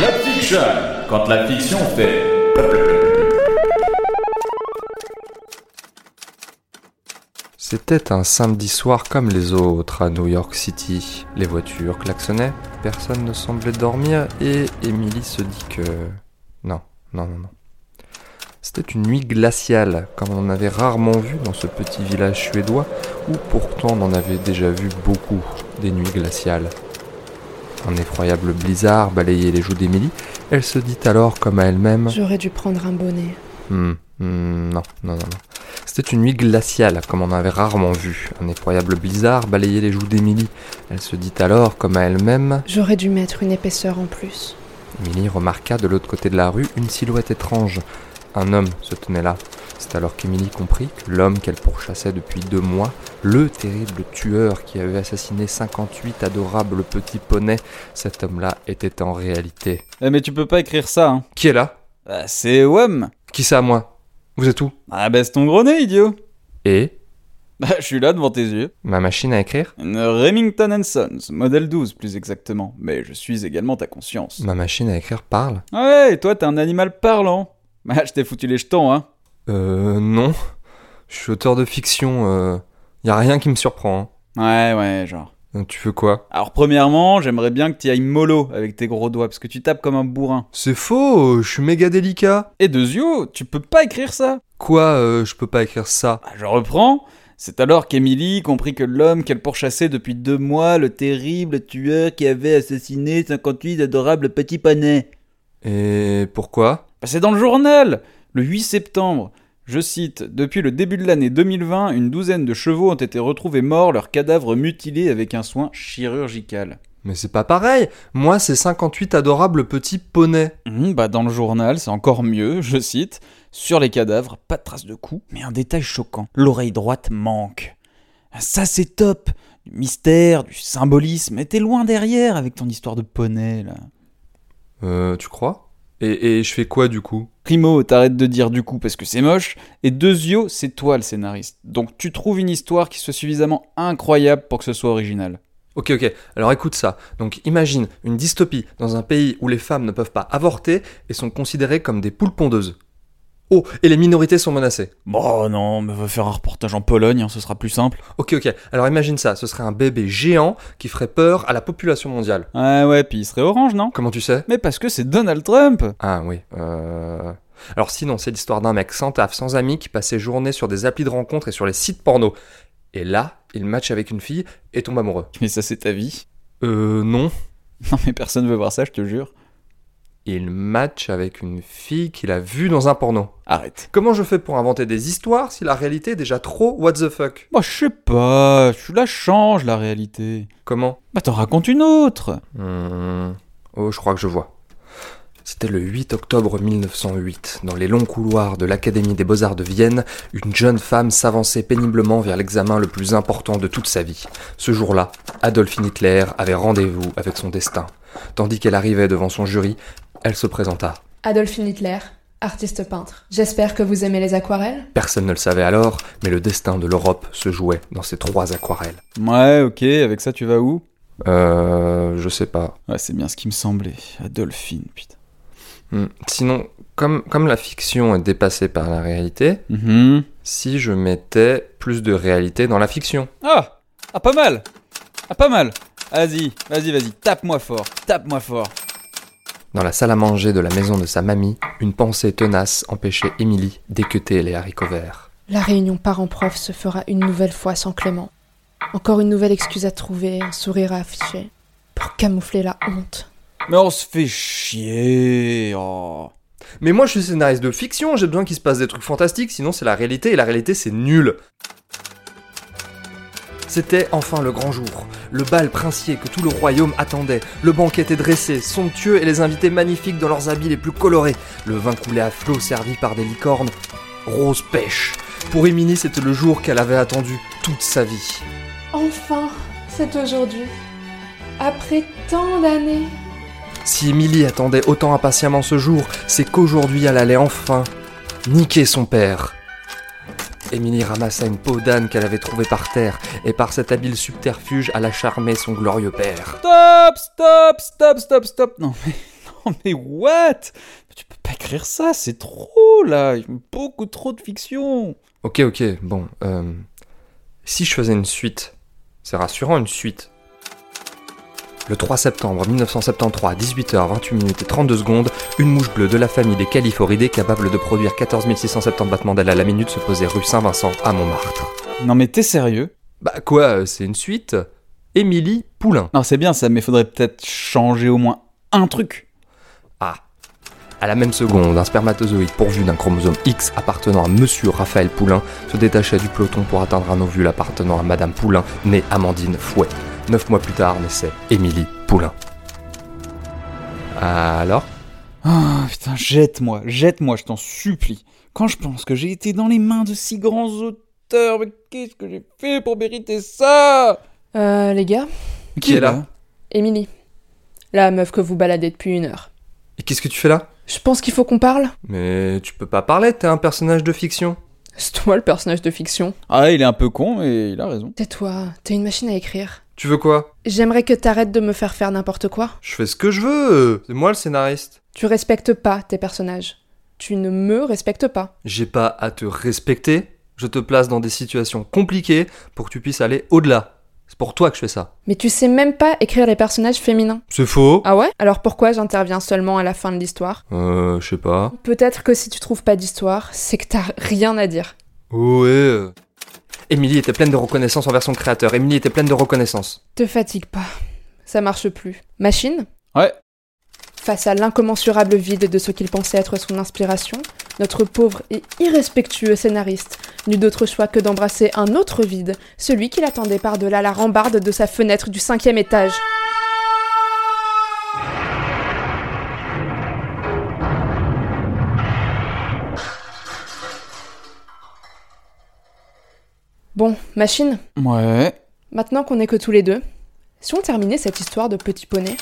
La fiction, quand la fiction fait. C'était un samedi soir comme les autres à New York City. Les voitures klaxonnaient, personne ne semblait dormir et Emily se dit que... Non, non, non, non. C'était une nuit glaciale, comme on en avait rarement vu dans ce petit village suédois, où pourtant on en avait déjà vu beaucoup, des nuits glaciales. Un effroyable blizzard balayait les joues d'Émilie. Elle se dit alors comme à elle-même J'aurais dû prendre un bonnet. Hmm, hmm, non, non, non, non. C'était une nuit glaciale, comme on en avait rarement vu. Un effroyable blizzard balayait les joues d'Émilie. Elle se dit alors, comme à elle-même, J'aurais dû mettre une épaisseur en plus. Émilie remarqua de l'autre côté de la rue une silhouette étrange. Un homme se tenait là. C'est alors qu'Émilie comprit que l'homme qu'elle pourchassait depuis deux mois, le terrible tueur qui avait assassiné 58 adorables petits poneys, cet homme-là était en réalité. Eh, mais tu peux pas écrire ça, hein. Qui est là Bah, c'est WOM. Qui ça, moi Vous êtes où Ah, baisse ton gros nez, idiot. Et Bah, je suis là devant tes yeux. Ma machine à écrire Une Remington Sons, modèle 12 plus exactement. Mais je suis également ta conscience. Ma machine à écrire parle Ouais, et toi, t'es un animal parlant. Bah, je t'ai foutu les jetons, hein. Euh, non. Je suis auteur de fiction, euh. Y a rien qui me surprend. Ouais, ouais, genre. hein. Euh, Tu veux quoi Alors, premièrement, j'aimerais bien que tu ailles mollo avec tes gros doigts, parce que tu tapes comme un bourrin. C'est faux, je suis méga délicat. Et Dezio, tu peux pas écrire ça Quoi, euh, je peux pas écrire ça Bah, Je reprends. C'est alors qu'Emily comprit que l'homme qu'elle pourchassait depuis deux mois, le terrible tueur qui avait assassiné 58 adorables petits panais. Et pourquoi Bah, c'est dans le journal Le 8 septembre. Je cite Depuis le début de l'année 2020, une douzaine de chevaux ont été retrouvés morts, leurs cadavres mutilés avec un soin chirurgical. Mais c'est pas pareil. Moi, c'est 58 adorables petits poneys. Hmm, bah dans le journal, c'est encore mieux, je cite, sur les cadavres, pas de traces de coups, mais un détail choquant, l'oreille droite manque. Ah, Ça c'est top Du mystère, du symbolisme, et t'es loin derrière avec ton histoire de poney là. Euh, tu crois et, et je fais quoi du coup Primo, t'arrêtes de dire du coup parce que c'est moche, et Dezio, c'est toi le scénariste. Donc tu trouves une histoire qui soit suffisamment incroyable pour que ce soit original. Ok, ok, alors écoute ça. Donc imagine une dystopie dans un pays où les femmes ne peuvent pas avorter et sont considérées comme des poules pondeuses. Oh, et les minorités sont menacées. Bon non, mais va faire un reportage en Pologne, hein, ce sera plus simple. Ok, ok, alors imagine ça, ce serait un bébé géant qui ferait peur à la population mondiale. Ouais Ah ouais, puis il serait orange, non Comment tu sais Mais parce que c'est Donald Trump Ah oui, euh... Alors sinon, c'est l'histoire d'un mec sans taf, sans amis, qui passe ses journées sur des applis de rencontres et sur les sites porno. Et là, il match avec une fille et tombe amoureux. Mais ça c'est ta vie. Euh, non. Non mais personne veut voir ça, je te jure. Il match avec une fille qu'il a vue dans un porno. Arrête. Comment je fais pour inventer des histoires si la réalité est déjà trop what the fuck Moi je sais pas, je la change la réalité. Comment Bah t'en racontes une autre. Hmm. Oh, je crois que je vois. C'était le 8 octobre 1908. Dans les longs couloirs de l'Académie des Beaux-Arts de Vienne, une jeune femme s'avançait péniblement vers l'examen le plus important de toute sa vie. Ce jour-là, Adolfine Hitler avait rendez-vous avec son destin. Tandis qu'elle arrivait devant son jury, elle se présenta. Adolphine Hitler, artiste peintre. J'espère que vous aimez les aquarelles Personne ne le savait alors, mais le destin de l'Europe se jouait dans ces trois aquarelles. Ouais ok, avec ça tu vas où Euh, je sais pas. Ouais c'est bien ce qui me semblait. Adolphine, putain. Hmm. Sinon, comme, comme la fiction est dépassée par la réalité, Mhm. si je mettais plus de réalité dans la fiction. Ah Ah pas mal Ah pas mal Vas-y, vas-y, vas-y, tape-moi fort, tape-moi fort. Dans la salle à manger de la maison de sa mamie, une pensée tenace empêchait Émilie d'équeuter les haricots verts. La réunion parents-prof se fera une nouvelle fois sans Clément. Encore une nouvelle excuse à trouver, un sourire à afficher. Pour camoufler la honte. Mais on se fait chier. Oh. Mais moi je suis scénariste de fiction, j'ai besoin qu'il se passe des trucs fantastiques, sinon c'est la réalité et la réalité c'est nul. C'était enfin le grand jour, le bal princier que tout le royaume attendait. Le banquet était dressé, somptueux et les invités magnifiques dans leurs habits les plus colorés. Le vin coulait à flot servi par des licornes. Rose pêche. Pour Émilie, c'était le jour qu'elle avait attendu toute sa vie. Enfin, c'est aujourd'hui. Après tant d'années. Si Émilie attendait autant impatiemment ce jour, c'est qu'aujourd'hui elle allait enfin niquer son père. Émilie ramassa une peau d'âne qu'elle avait trouvée par terre, et par cet habile subterfuge, alla charmer son glorieux père. Stop, stop, stop, stop, stop. Non mais, non mais what Tu peux pas écrire ça, c'est trop là, beaucoup trop de fiction. Ok, ok, bon. euh, si je faisais une suite, c'est rassurant une suite. Le 3 septembre 1973, 18h28 minutes et 32 secondes, une mouche bleue de la famille des Califoridés capable de produire 14 670 battements d'aile à la minute se posait rue Saint-Vincent à Montmartre. Non mais t'es sérieux Bah quoi, euh, c'est une suite Émilie Poulain. Non c'est bien ça, mais faudrait peut-être changer au moins un truc. Ah. À la même seconde, un spermatozoïde pourvu d'un chromosome X appartenant à Monsieur Raphaël Poulain se détachait du peloton pour atteindre un ovule appartenant à Madame Poulain, née Amandine Fouet. Neuf mois plus tard, naissait Émilie Poulain. Alors Ah putain, jette-moi, jette-moi, je t'en supplie. Quand je pense que j'ai été dans les mains de si grands auteurs, mais qu'est-ce que j'ai fait pour mériter ça Euh, les gars Qui est là Émilie. La meuf que vous baladez depuis une heure. Et qu'est-ce que tu fais là Je pense qu'il faut qu'on parle. Mais tu peux pas parler, t'es un personnage de fiction. C'est toi le personnage de fiction. Ah, il est un peu con et il a raison. Tais-toi, t'es une machine à écrire. Tu veux quoi J'aimerais que t'arrêtes de me faire faire n'importe quoi. Je fais ce que je veux, euh, c'est moi le scénariste. Tu respectes pas tes personnages. Tu ne me respectes pas. J'ai pas à te respecter, je te place dans des situations compliquées pour que tu puisses aller au-delà. C'est pour toi que je fais ça. Mais tu sais même pas écrire les personnages féminins. C'est faux Ah ouais Alors pourquoi j'interviens seulement à la fin de l'histoire Euh, je sais pas. Peut-être que si tu trouves pas d'histoire, c'est que t'as rien à dire. Ouais. Émilie était pleine de reconnaissance envers son créateur. Émilie était pleine de reconnaissance. Te fatigue pas. Ça marche plus. Machine Ouais. Face à l'incommensurable vide de ce qu'il pensait être son inspiration, notre pauvre et irrespectueux scénariste n'eut d'autre choix que d'embrasser un autre vide, celui qu'il attendait par-delà la rambarde de sa fenêtre du cinquième étage. Bon, machine, Ouais. Maintenant qu'on est que tous les deux, si on terminait cette histoire de petit poney